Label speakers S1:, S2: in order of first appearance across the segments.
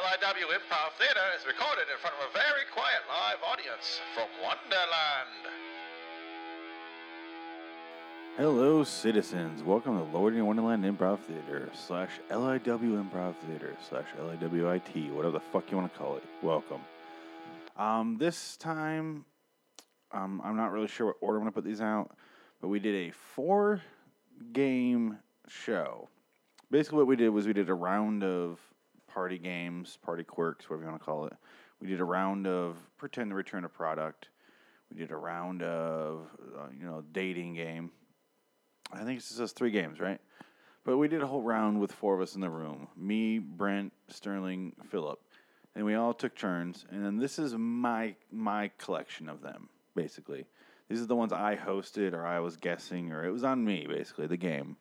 S1: IW Improv Theatre is recorded in front of a very quiet live audience from Wonderland.
S2: Hello, citizens. Welcome to Lord in Wonderland Improv Theater slash LIW Improv Theater slash LIWIT, whatever the fuck you want to call it. Welcome. Um, this time, um, I'm not really sure what order I'm going to put these out, but we did a four game show. Basically, what we did was we did a round of party games, party quirks, whatever you want to call it. We did a round of pretend to return a product. We did a round of, uh, you know, dating game. I think it's just three games, right? But we did a whole round with four of us in the room me, Brent, Sterling, Philip. And we all took turns. And then this is my my collection of them, basically. These are the ones I hosted or I was guessing or it was on me, basically, the game.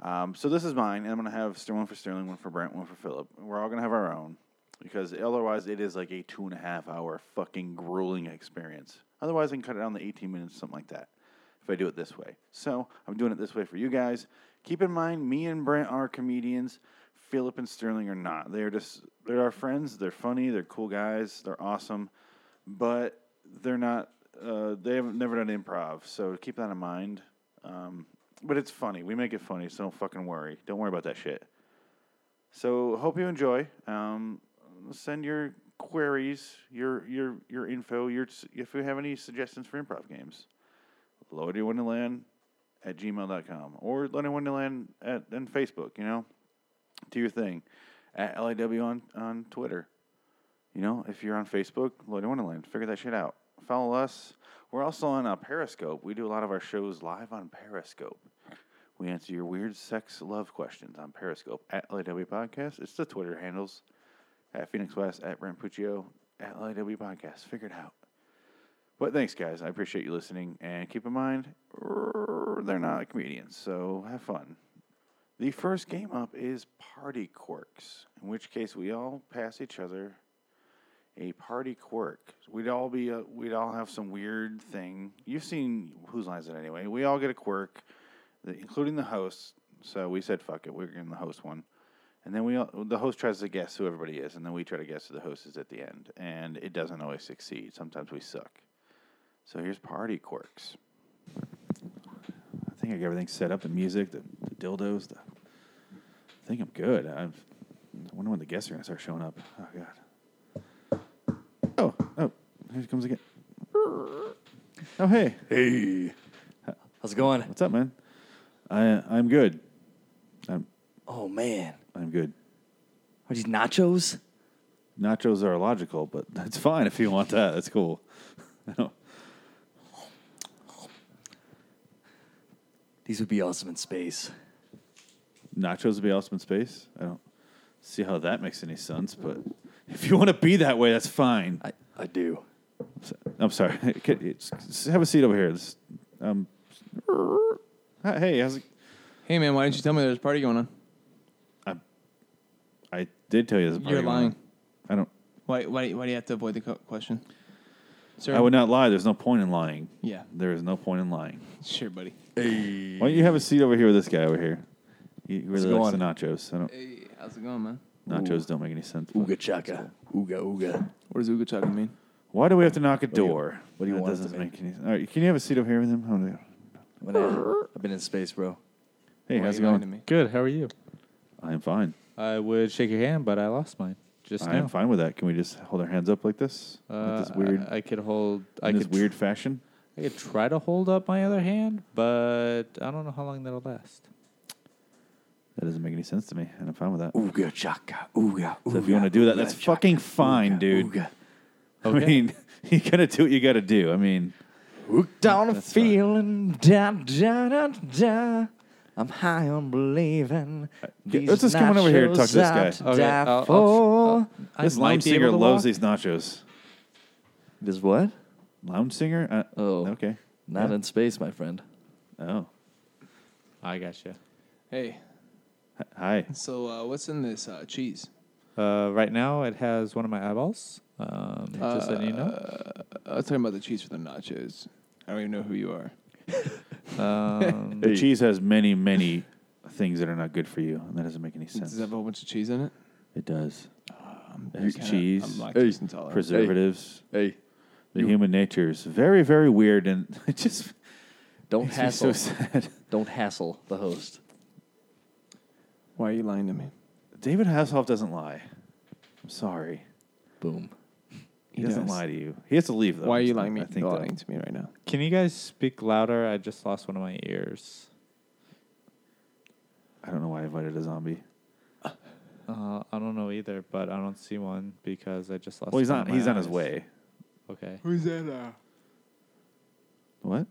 S2: Um, so this is mine. And I'm going to have Ster- one for Sterling, one for Brent, one for Philip. We're all going to have our own because otherwise it is like a two and a half hour fucking grueling experience. Otherwise, I can cut it down to 18 minutes, something like that if I do it this way. So I'm doing it this way for you guys. Keep in mind, me and Brent are comedians. Philip and Sterling are not. They're just they're our friends. They're funny. They're cool guys. They're awesome, but they're not. Uh, they have never done improv, so keep that in mind. Um, but it's funny. We make it funny, so don't fucking worry. Don't worry about that shit. So hope you enjoy. Um, send your queries, your your your info, your if you have any suggestions for improv games. Lordy Wonderland at gmail.com or Lordy Wonderland at and Facebook, you know. Do your thing. At LAW on, on Twitter. You know, if you're on Facebook, Lordy Wonderland, figure that shit out. Follow us. We're also on uh, Periscope. We do a lot of our shows live on Periscope. We answer your weird sex love questions on Periscope at LAW Podcast. It's the Twitter handles at Phoenix West, at Brent Puccio, at LAW Podcast. Figure it out. But thanks, guys. I appreciate you listening. And keep in mind, er, they're not comedians, so have fun. The first game up is Party Quirks, in which case we all pass each other a party quirk. We'd all be a, we'd all have some weird thing. You've seen whose lines it anyway. We all get a quirk, the- including the host. So we said, "Fuck it, we're getting the host one." And then we all, the host tries to guess who everybody is, and then we try to guess who the host is at the end. And it doesn't always succeed. Sometimes we suck. So here's party quirks. I think I got everything set up the music, the, the dildos. The, I think I'm good. I've, I wonder when the guests are going to start showing up. Oh, God. Oh, oh, here she comes again. Oh, hey. Hey.
S3: How's it going?
S2: What's up, man? I, I'm good. I'm,
S3: Oh man,
S2: I'm good.
S3: are these nachos?
S2: Nachos are illogical, but that's fine if you want that. That's cool. I don't-
S3: These would be awesome in space.
S2: nachos would be awesome in space. I don't see how that makes any sense, but if you want to be that way, that's fine.
S3: I, I do.
S2: So- I'm sorry. Kid, it's- s- Have a seat over here. This- um, hi- hey, how's it?
S4: Hey man, why didn't you tell me there was a party going on?
S2: I did tell you this.
S4: You're lying.
S2: I don't.
S4: Why, why, why do you have to avoid the co- question? Sir?
S2: I would not lie. There's no point in lying.
S4: Yeah.
S2: There is no point in lying.
S4: Sure, buddy.
S2: Why don't you have a seat over here with this guy over here? He really
S3: go
S2: likes the nachos. I don't.
S4: Hey, how's it going, man?
S2: Nachos don't make any sense.
S3: Ooga chaka. Ooga ooga.
S4: What does Uga Chaka mean?
S2: Why do we have to knock a door?
S3: what do you
S2: that
S3: want us to
S2: doesn't
S3: make?
S2: make any sense. All right, can you have a seat over here with him? Oh, How do you-
S3: I'm gonna- I've been in space, bro.
S2: Hey,
S4: Why
S2: how's
S4: are
S2: it
S4: you lying
S2: going?
S4: to me?
S5: Good. How are you?
S2: I'm fine.
S5: I would shake your hand, but I lost mine just
S2: I'm
S5: now.
S2: fine with that. Can we just hold our hands up like this?
S5: Uh,
S2: like this weird,
S5: I, I could hold. I
S2: in
S5: could
S2: this weird fashion.
S5: I could try to hold up my other hand, but I don't know how long that'll last.
S2: That doesn't make any sense to me, and I'm fine with that.
S3: Ooga chaka. Ooga.
S2: so if you want to do that, that's fucking fine, dude. I
S5: Okay.
S2: mean, you gotta do what you gotta do. I mean,
S3: Look down a
S2: fine.
S3: feeling. Da, da, da, da. I'm high on believing.
S2: yeah,
S3: These
S2: let's just come on over here and talk to this
S3: nachos
S2: guy.
S3: are to
S5: Okay,
S3: die
S5: I'll- I'll-
S3: for.
S5: I
S2: this
S5: might
S2: lounge
S5: be able
S2: singer
S5: to
S2: loves
S5: walk.
S2: these nachos.
S3: This what?
S2: Lounge singer? Uh,
S3: Oh.
S2: okay.
S3: Not
S2: Yeah.
S3: in space, my friend.
S2: Oh,
S5: I gotcha.
S4: Hey,
S2: H- hi.
S4: so uh, what's in this uh, cheese?
S5: Uh, right now, it has one of my eyeballs. Um, just letting you know.
S4: I was talking about the cheese for the nachos. I don't even know who you are.
S5: Um,
S2: The cheese has many, many things that are not good for you, and that doesn't make any sense.
S4: Does it have a whole bunch of cheese in it?
S2: It does.
S6: I'm
S2: There's
S6: kinda-
S2: cheese.
S6: I'm
S7: Hey.
S6: lactose intolerant.
S2: Preservatives.
S7: Hey,
S2: The human nature is very, very weird, and it just
S6: Oh,
S3: Don't
S2: makes me so
S3: hassle.
S2: sad.
S3: Don't hassle the host.
S6: Why are you lying to me?
S2: David Hasselhoff doesn't lie. I'm sorry,
S3: Boom.
S2: he,
S6: He
S2: doesn't
S6: does.
S2: lie to you. He has to leave though.
S6: Why are you
S2: I
S6: lying, me, Oh,
S2: think that-
S6: lying to me right now?
S5: Can you guys speak louder? I just lost one of my ears.
S2: I don't know why I invited a zombie.
S5: Uh, I don't know either, but I don't see one because I just lost.
S2: well, he's
S5: one
S2: on.
S5: of
S2: He's
S5: my
S2: on his
S5: eyes.
S2: way.
S5: Okay.
S6: Who's that? Uh?
S2: What?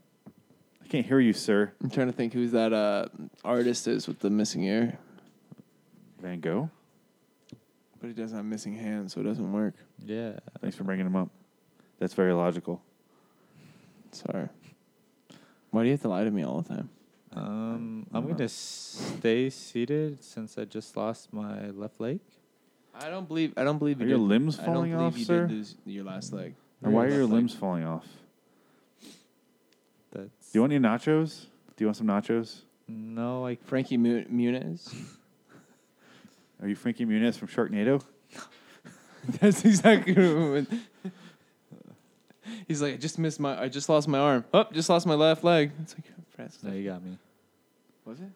S2: I can't hear you, sir.
S6: I'm trying to think who's that uh, artist is with the missing ear,
S2: Van Gogh.
S6: but he doesn't have missing hands, so it doesn't work.
S5: Yeah.
S2: Thanks for bringing him up. That's very logical.
S6: Sorry. Why do you have to lie to me all the time?
S5: Um, I'm gonna stay seated since I just lost my left leg.
S6: I don't believe. I don't believe
S2: Are
S6: you
S2: your
S6: did-
S2: limbs
S6: I
S2: falling
S6: don't believe
S2: off,
S6: you
S2: sir?
S6: did lose your last leg.
S2: And why are
S6: left
S2: your
S6: leg.
S2: limbs falling off?
S5: That's
S2: Do you want any nachos? Do you want some nachos?
S5: no. I
S6: Frankie Mu- Muniz.
S2: Are you Frankie Muniz from Sharknado?
S6: That's exactly what it was. He's like, I just missed my. I just lost my arm. Oh, just lost my left leg. It's like, Francis,
S5: no. You got me
S6: was it?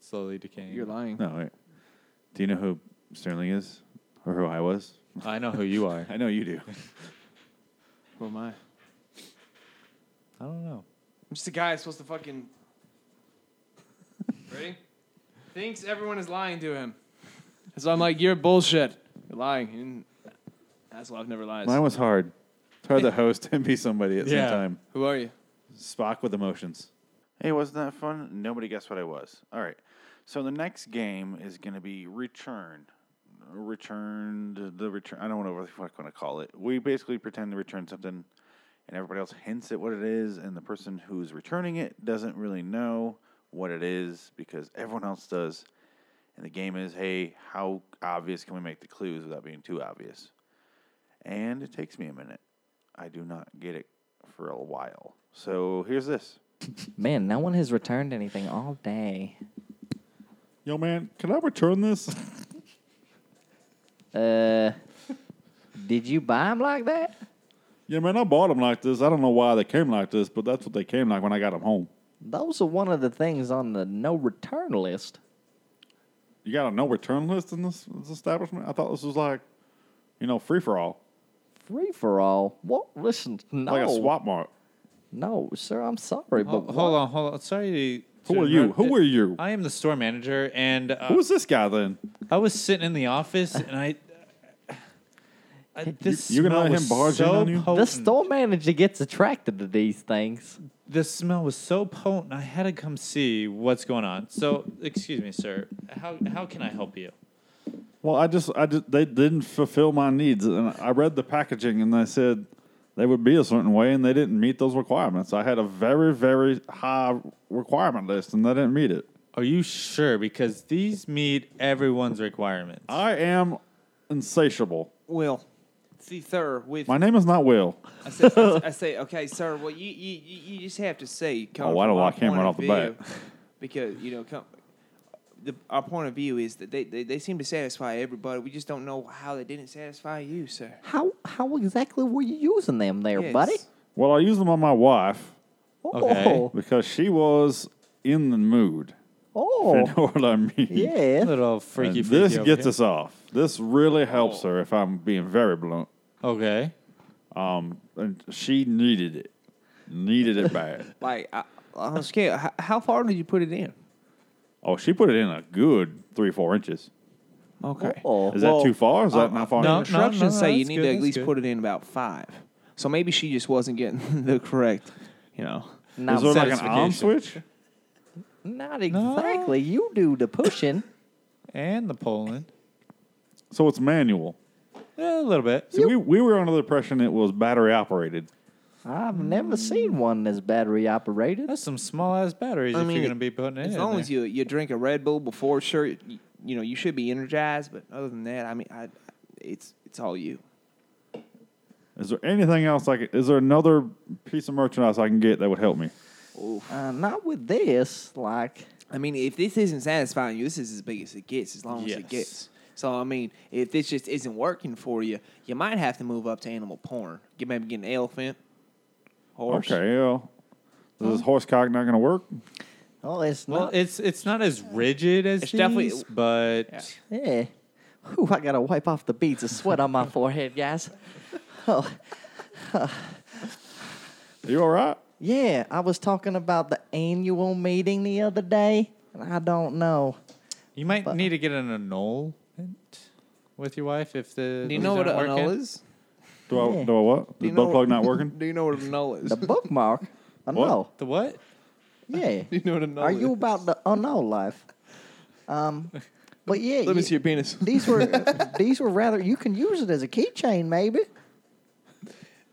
S5: slowly decaying.
S6: You're lying.
S2: No, wait. Do you know who Sterling is? Or who I was?
S5: I know who you are.
S2: I know you do.
S6: Who am I? I'm
S5: I don't know.
S6: just a guy supposed to fucking. Ready? Thinks everyone is lying to him. So I'm like, you're bullshit. You're lying. You didn't- That's why I've never lied.
S2: Mine was hard. It's hard to host and be somebody at the
S6: Yeah.
S2: same time.
S6: Who are you?
S2: Spock with emotions. Hey, wasn't that fun? Nobody guessed what I was. All right. So the next game is going to be Return. Return the return. I don't know what the fuck I want to call it. We basically pretend to return something, and everybody else hints at what it is, and the person who's returning it doesn't really know what it is because everyone else does. And the game is, hey, how obvious can we make the clues without being too obvious? And it takes me a minute. I do not get it for a while. So here's this.
S3: Man, no one has returned anything all day.
S2: Yo, man, can I return this?
S3: Uh, did you buy them like that?
S2: yeah, man, I bought them like this. I don't know why they came like this, but that's what they came like when I got them home.
S3: Those are one of the things on the no return list.
S2: You got a no return list in this, this establishment? I thought this was like, you know, free for all,
S3: Free for all. What? Listen, no,
S2: like a swap mart.
S3: no, sir. I'm sorry,
S5: Ho-
S3: but
S5: hold
S3: what-
S5: on. Hold on. Sorry. to-
S2: Who
S5: to
S2: are you?
S5: interrupt.
S2: Who are you?
S5: I am the store manager, and uh,
S2: Who is this guy then?
S5: I was sitting in the office, and I. I this
S2: You- you gonna
S5: smell
S2: let
S5: was
S2: him barge in
S5: so
S2: on you? The
S3: The
S5: potent.
S3: store manager gets attracted to these things.
S5: the smell was so potent. I had to come see what's going on. So, excuse me, sir. How how can I help you?
S2: Well, I just, I just, they didn't fulfill my needs, and I read the packaging, and they said they would be a certain way, and they didn't meet those requirements. I had a very, very high requirement list, and they didn't meet it.
S5: Are you sure? Because these meet everyone's requirements.
S6: Ah,
S2: I am insatiable.
S6: Will. See, sir, with
S2: My name is not Will.
S6: I say, I say, okay, sir. Well, you, you, you you just have to say. coming
S2: Oh, I don't
S6: from our
S2: like him
S6: point
S2: right
S6: of
S2: off the bat.
S6: view, Because you know, come, the, our point of view is that they, they, they seem to satisfy everybody. We just don't know how they didn't satisfy you, sir.
S3: How how exactly were you using them there,
S6: Yes.
S3: buddy?
S2: Well, I use them on my wife
S3: Oh,
S2: because she was in the mood. If you
S3: oh,
S2: know what I mean.
S3: yeah.
S5: little freaky.
S2: And
S5: freaky
S2: this
S5: over
S2: gets
S5: here.
S2: us off. This really helps
S6: Oh.
S2: her, if I'm being very blunt.
S5: Okay.
S2: Um, and she needed it, needed it bad.
S6: Like I, on a scale, how, how far did you put it in?
S2: Oh, she put it in a good three, four inches.
S6: Okay.
S3: Oh,
S2: Is that
S6: Well,
S2: too far? Is that
S6: Uh,
S2: not far?
S5: no.
S6: The instructions say you
S5: that's
S6: need
S5: good,
S6: to at
S5: that's
S6: least
S5: good.
S6: put it in about five. So maybe she just wasn't getting the correct, you know.
S2: Is
S3: not,
S2: there like an
S6: Satisfaction.
S2: arm switch?
S3: not exactly. You do the pushing.
S5: And the Poland.
S2: So it's manual.
S5: Yeah, a little bit.
S2: See, we, we were under the impression it was battery operated.
S3: I've never seen one that's battery operated.
S5: That's some small ass batteries
S6: I
S5: if
S6: mean,
S5: you're gonna be putting it
S6: As
S5: in.
S6: long as
S5: there.
S6: you you drink a Red Bull before, sure, you, you know you should be energized. But other than that, I mean, I, it's it's all you.
S2: Is there anything else like? Is there another piece of merchandise I can get that would help me?
S3: Uh, not with this. Like,
S6: I mean, if this isn't satisfying you, this is as big as it gets. As long as
S5: Yes.
S6: it gets. So I mean, if this just isn't working for you, you might have to move up to animal porn. You maybe get an elephant, horse.
S2: Okay, well, is this horse cock not going to work?
S3: Well, Oh, it's
S5: Well,
S3: not.
S5: it's it's not as rigid as
S6: It's
S5: these,
S6: definitely-
S5: but
S6: Yeah.
S3: yeah. Whew, I gotta wipe off the beads of sweat on my forehead, guys. Oh,
S2: Are you all right?
S3: yeah. I was talking about the annual meeting the other day, and I don't know.
S5: you might
S3: But-
S5: need to get an annulment with your wife if the.
S6: Do you
S5: these
S6: know what
S5: aren't
S6: a null
S5: working.
S6: is?
S2: Do I
S3: Yeah.
S2: do I what?
S6: Do
S2: The
S6: you
S2: butt
S6: know-
S2: plug not working?
S6: Do you know what a null is?
S3: The bookmark. I
S2: What?
S3: know.
S5: The what?
S3: Yeah.
S6: Do you know what a null
S3: Are
S6: is?
S3: you about the unknown life? Um, but yeah,
S4: Let
S3: you-
S4: me see your penis.
S3: these were these were rather. You can use it as a keychain, maybe.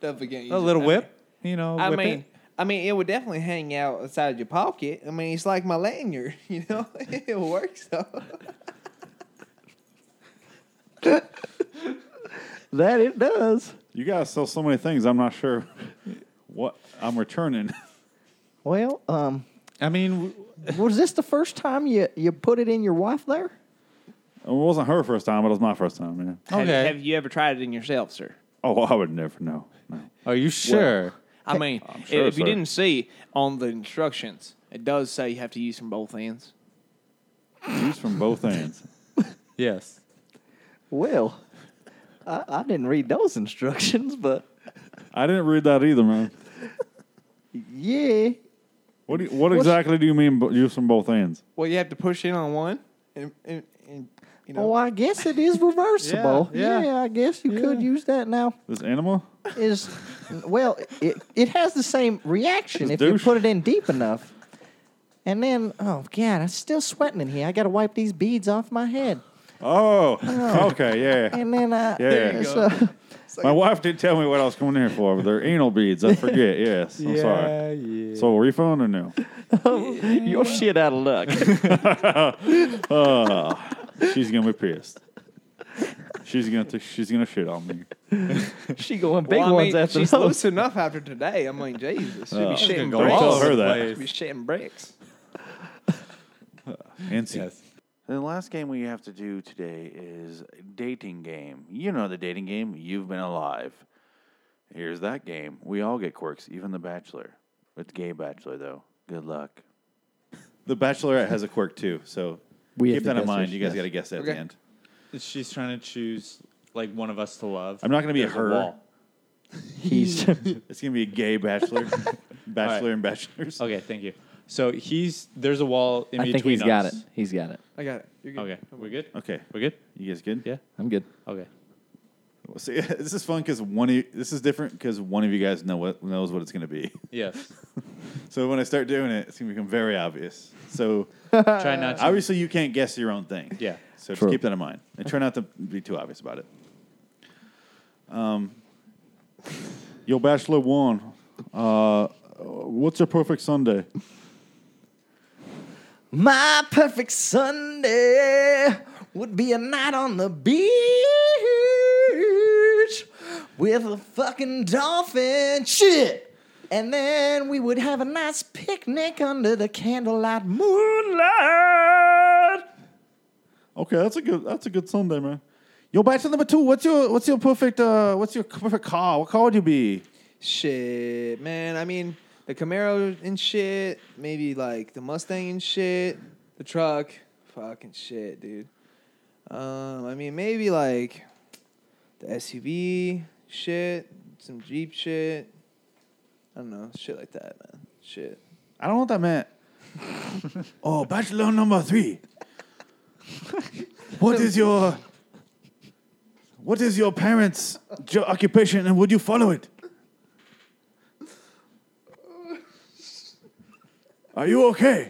S6: Definitely
S5: A little whip. You know.
S6: I
S5: whip
S6: mean,
S5: it.
S6: I mean, it would definitely hang out outside your pocket. I mean, it's like my lanyard, you know. it works though.
S3: That it does.
S2: You guys sell so many things. I'm not sure what I'm returning.
S3: Well, um,
S5: I mean, w-
S3: was this the first time you you put it in your wife there?
S2: It wasn't her first time, but it was my first time. Man.
S5: Have- Okay. have
S6: you ever tried it in yourself, sir?
S2: Oh, I would never know. No.
S5: are you sure?
S6: I mean,
S2: sure,
S6: if you
S2: sir.
S6: didn't see on the instructions, it does say you have to use from both hands.
S2: Use from both ends.
S5: yes.
S3: Well, I, I didn't read those instructions, but
S2: I didn't read that either, man.
S3: yeah,
S2: What do you, what exactly do you mean? bo- Use from both ends?
S6: Well, you have to push in on one, and, and, and you know.
S3: Oh, I guess it is reversible.
S5: Yeah,
S3: yeah.
S5: yeah.
S3: I guess you could use that now.
S2: This animal?
S3: Is well, it, it has the same reaction if you
S2: douche.
S3: put it in deep enough. And then, oh god, I'm still sweating in here. I got to wipe these beads off my head.
S2: Oh, okay, yeah.
S3: And then, uh,
S2: Yeah, yeah.
S3: so-
S2: My wife did tell me what I was coming here for. But they're anal beads. I forget. Yes, I'm sorry.
S5: Yeah.
S2: So refund or no?
S3: you're shit out of luck.
S2: Oh, she's gonna be pissed. She's gonna t- she's gonna shit on me.
S3: she going big
S6: Well, I mean,
S3: ones after
S6: she's
S3: those.
S6: loose enough after today. I mean, Jesus, she'd be
S2: Oh.
S6: shitting
S2: Don't
S6: bricks.
S2: tell her
S6: She'd be
S2: that.
S6: shitting bricks.
S2: And see,
S5: Yes.
S2: The last game we have to do today is dating game. You know the dating game. You've been alive. Here's that game. We all get quirks, even the bachelor. It's gay bachelor though. Good luck. The bachelorette has a quirk too, so
S3: We have
S2: keep
S3: to
S2: that in
S3: guess
S2: mind.
S3: which-
S2: You guys
S3: yes.
S2: got to guess at the
S6: Okay.
S2: end.
S5: She's trying to choose like one of us to love.
S2: I'm not gonna be a her.
S5: wall.
S3: He's
S2: It's gonna be a gay bachelor, bachelor and bachelors.
S5: Okay, thank you. So he's there's a wall in
S3: I
S5: between
S3: think he's got it.
S5: us.
S3: He's got it.
S6: I got it. You're good.
S5: Okay, we're good.
S2: Okay,
S5: We're good.
S2: you guys good?
S5: Yeah.
S3: I'm good.
S5: Okay.
S2: Well, See, this is fun because one. Of, you- this is different because one of you guys know what knows what it's gonna be.
S5: Yes.
S2: So when I start doing it, it's gonna become very obvious. So
S3: Uh,
S5: Try not to.
S2: obviously, you can't guess your own thing.
S5: yeah.
S2: So
S3: True.
S2: just keep that in mind and try not to be too obvious about it. Um, Yo, Bachelor One, uh, what's your perfect Sunday?
S3: My perfect Sunday would be a night on the beach with a fucking dolphin. Shit! And then we would have a nice picnic under the candlelight moonlight.
S2: Okay, that's a good. That's a good Sunday, man. Yo, Bachelor Number Two, what's your what's your perfect uh, what's your perfect car? What car would you be?
S6: Shit, man. I mean, the Camaro and shit. Maybe like the Mustang and shit. The truck. Fucking shit, dude. Um, I mean, maybe like the SUV shit. Some Jeep shit. I don't know. Shit like that, man. Shit.
S2: I don't know what that meant. oh, Bachelor number three. what is your what is your parents' jo- occupation, and would you follow it? Are you okay?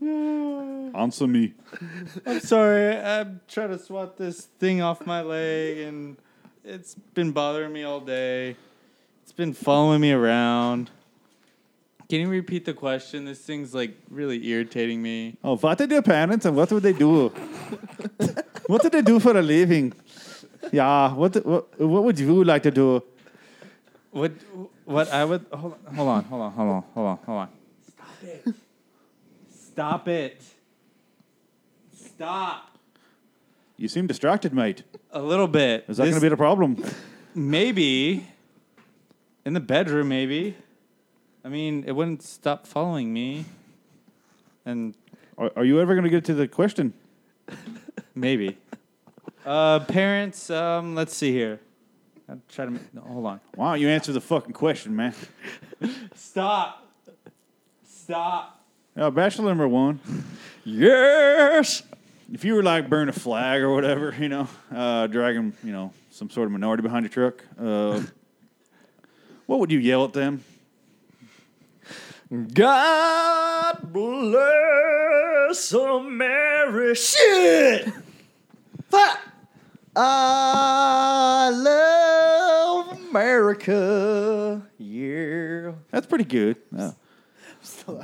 S2: Answer me.
S5: I'm sorry. I'm trying to swat this thing off my leg, and it's been bothering me all day. It's been following me around. Can you repeat the question? This thing's like really irritating me.
S2: Oh, what did your parents and what would they do? what did they do for a living? Yeah, what, what what would you like to do?
S5: What? What I would hold on, hold on, hold on, hold on, hold on, hold on. Stop Stop it. Stop.
S2: You seem distracted, mate.
S5: A little bit.
S2: Is that going to be the problem?
S5: Maybe. In the bedroom, maybe. I mean, it wouldn't stop following me. And
S2: Are, are you ever going to get to the question?
S5: maybe. uh, parents, um, let's see here. I'll try to. ma- No, hold on.
S2: Why don't you answer the fucking question, man?
S5: Stop. Stop.
S2: Uh, bachelor number one.
S5: Yes.
S2: If you were like burn a flag or whatever, you know, uh, dragging, you know, some sort of minority behind your truck, uh, what would you yell at them?
S3: God bless America. Shit! Fuck! I love America. Yeah.
S2: That's pretty good.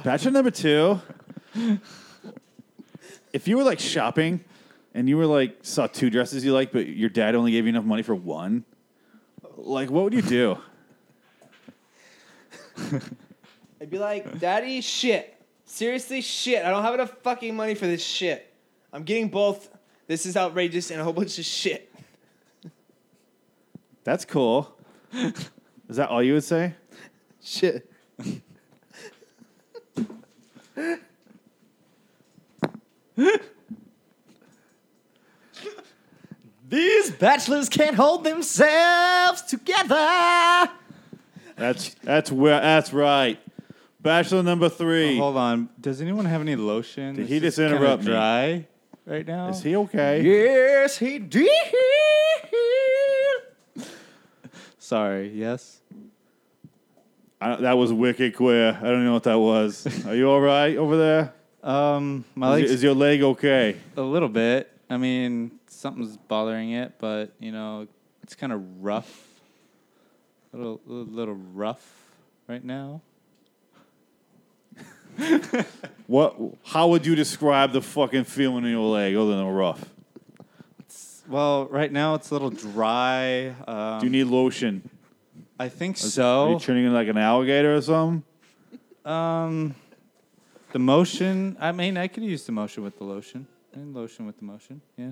S2: Bachelor number two. if you were like shopping and you were like saw two dresses you like, but your dad only gave you enough money for one, like what would you do?
S6: I'd be like, Daddy, shit. Seriously, shit. I don't have enough fucking money for this shit. I'm getting both. This is outrageous and a whole bunch of shit.
S2: That's cool. Is that all you would say?
S6: Shit.
S3: These bachelors can't hold themselves together.
S2: That's that's where that's right. Bachelor number three.
S5: Oh, Hold on. Does anyone have any lotion?
S2: Did
S5: This
S2: he
S5: is
S2: just
S5: kinda
S2: interrupt me?
S5: Dry right now.
S2: Is he okay?
S3: Yes, he did.
S5: Sorry. Yes.
S2: I, that was wicked queer. I don't know what that was. Are you all right over there?
S5: Um, my
S2: Is,
S5: legs
S2: is your leg okay?
S5: a little bit. I mean, something's bothering it, but you know, it's kind of rough. A little, a little rough right now.
S2: What? How would you describe the fucking feeling in your leg other than rough?
S5: Well, right now it's a little dry. Um,
S2: Do you need lotion?
S5: I think
S2: Are
S5: so.
S2: you turning into like an alligator or something?
S5: um, the motion. I mean, I could use the motion with the lotion. I mean, lotion with the motion. Yeah.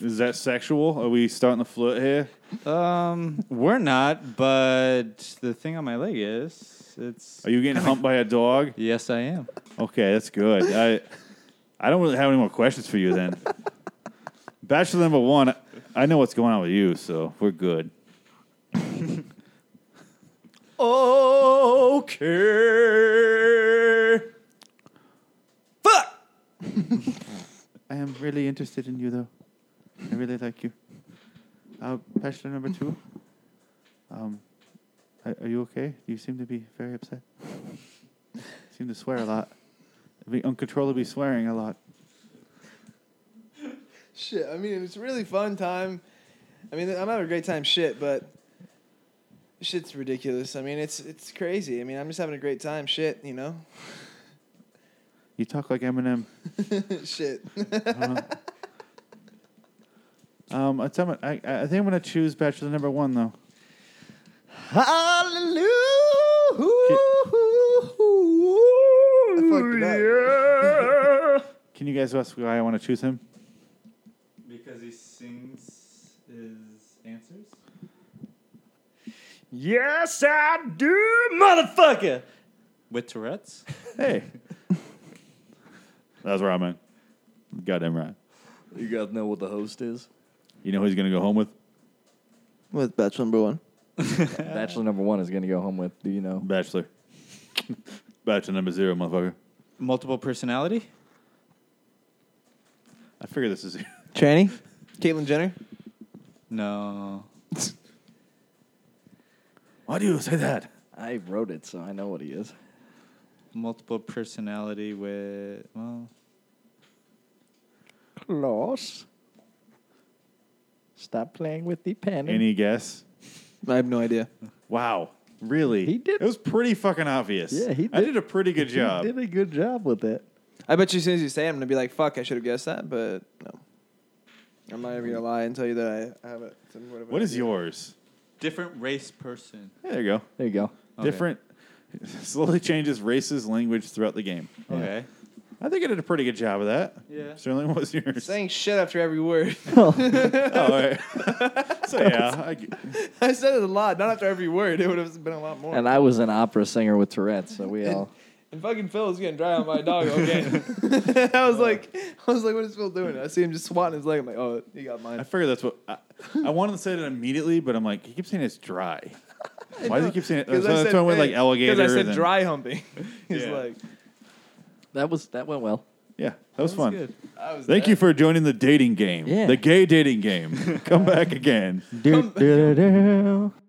S2: Is that sexual? Are we starting to flirt here?
S5: Um, we're not, but the thing on my leg is. It's.
S2: Are you getting humped by a dog?
S5: Yes, I am.
S2: Okay, that's good. I I don't really have any more questions for you then. Bachelor number one, I know what's going on with you, so we're good.
S3: Okay. Fuck!
S2: I am really interested in you, though. I really like you. Uh, bachelor number two. Um, are, are you okay? You seem to be very upset. seem to swear a lot. Be uncontrollably swearing a lot.
S6: Shit. I mean, it's a really fun time. I mean, I'm having a great time, shit, but shit's ridiculous. I mean, it's it's crazy. I mean, I'm just having a great time, shit, you know?
S2: You talk like Eminem.
S6: shit.
S2: Um, I, tell me- I, I think I'm gonna choose bachelor number one though.
S3: Hallelujah.
S6: I fucked it up.
S2: Can you guys ask why I want to choose him?
S5: Because he sings his answers?
S3: Yes, I do, motherfucker.
S5: With Tourette's?
S2: Hey, that's right, man. Goddamn right.
S3: You guys know what the host is?
S2: You know who he's gonna go home with?
S6: With batch number one.
S3: Bachelor number one is going to go home with, do you know?
S2: Bachelor. bachelor number zero, motherfucker.
S5: Multiple personality?
S2: I figure this is.
S6: Tranny? Caitlyn Jenner?
S5: No.
S2: Why do you say that?
S3: I wrote it, so I know what he is.
S5: Multiple personality with, well,
S3: Klaus. Stop playing with the pen.
S2: Any guess?
S6: I have no idea.
S2: Wow. Really?
S3: He did-
S2: It was pretty fucking obvious.
S3: Yeah, he
S2: I
S3: did-
S2: did a pretty good job.
S3: did a good job with it.
S6: I bet you as soon as you say it, I'm gonna be like, "Fuck, I should have guessed that," but no. I'm not even gonna lie and tell you that I have it.
S2: What is yours?
S5: different race person.
S2: Yeah, there you go.
S3: There you go.
S5: Okay.
S2: Different. Slowly changes races, language throughout the game.
S5: Okay.
S2: I think I did a pretty good job of that.
S5: Yeah.
S2: Certainly was yours.
S6: Saying shit after every word.
S2: Oh, all right. so yeah, I, g-
S6: I said it a lot, not after every word. It would have been a lot more.
S3: And I was an opera singer with Tourette's, so we all.
S6: And fucking Phil was getting dry on my dog again. I was like, I was like, what is Phil doing? I see him just swatting his leg. I'm like, oh, he got
S2: I
S6: mine.
S2: figured that's what I, I wanted to say it immediately, but I'm like, he keeps saying it's dry. Why does he keep saying it? So
S6: Because
S2: that's why I went like alligator.
S6: Because I said
S2: and-
S6: dry humping. He's
S2: Yeah.
S6: like,
S3: That was that went well.
S2: Yeah, that was fun.
S6: I was
S2: Thank you for joining the dating game.
S3: Yeah.
S2: The gay dating game. Come back again.
S3: Do, do, do, do.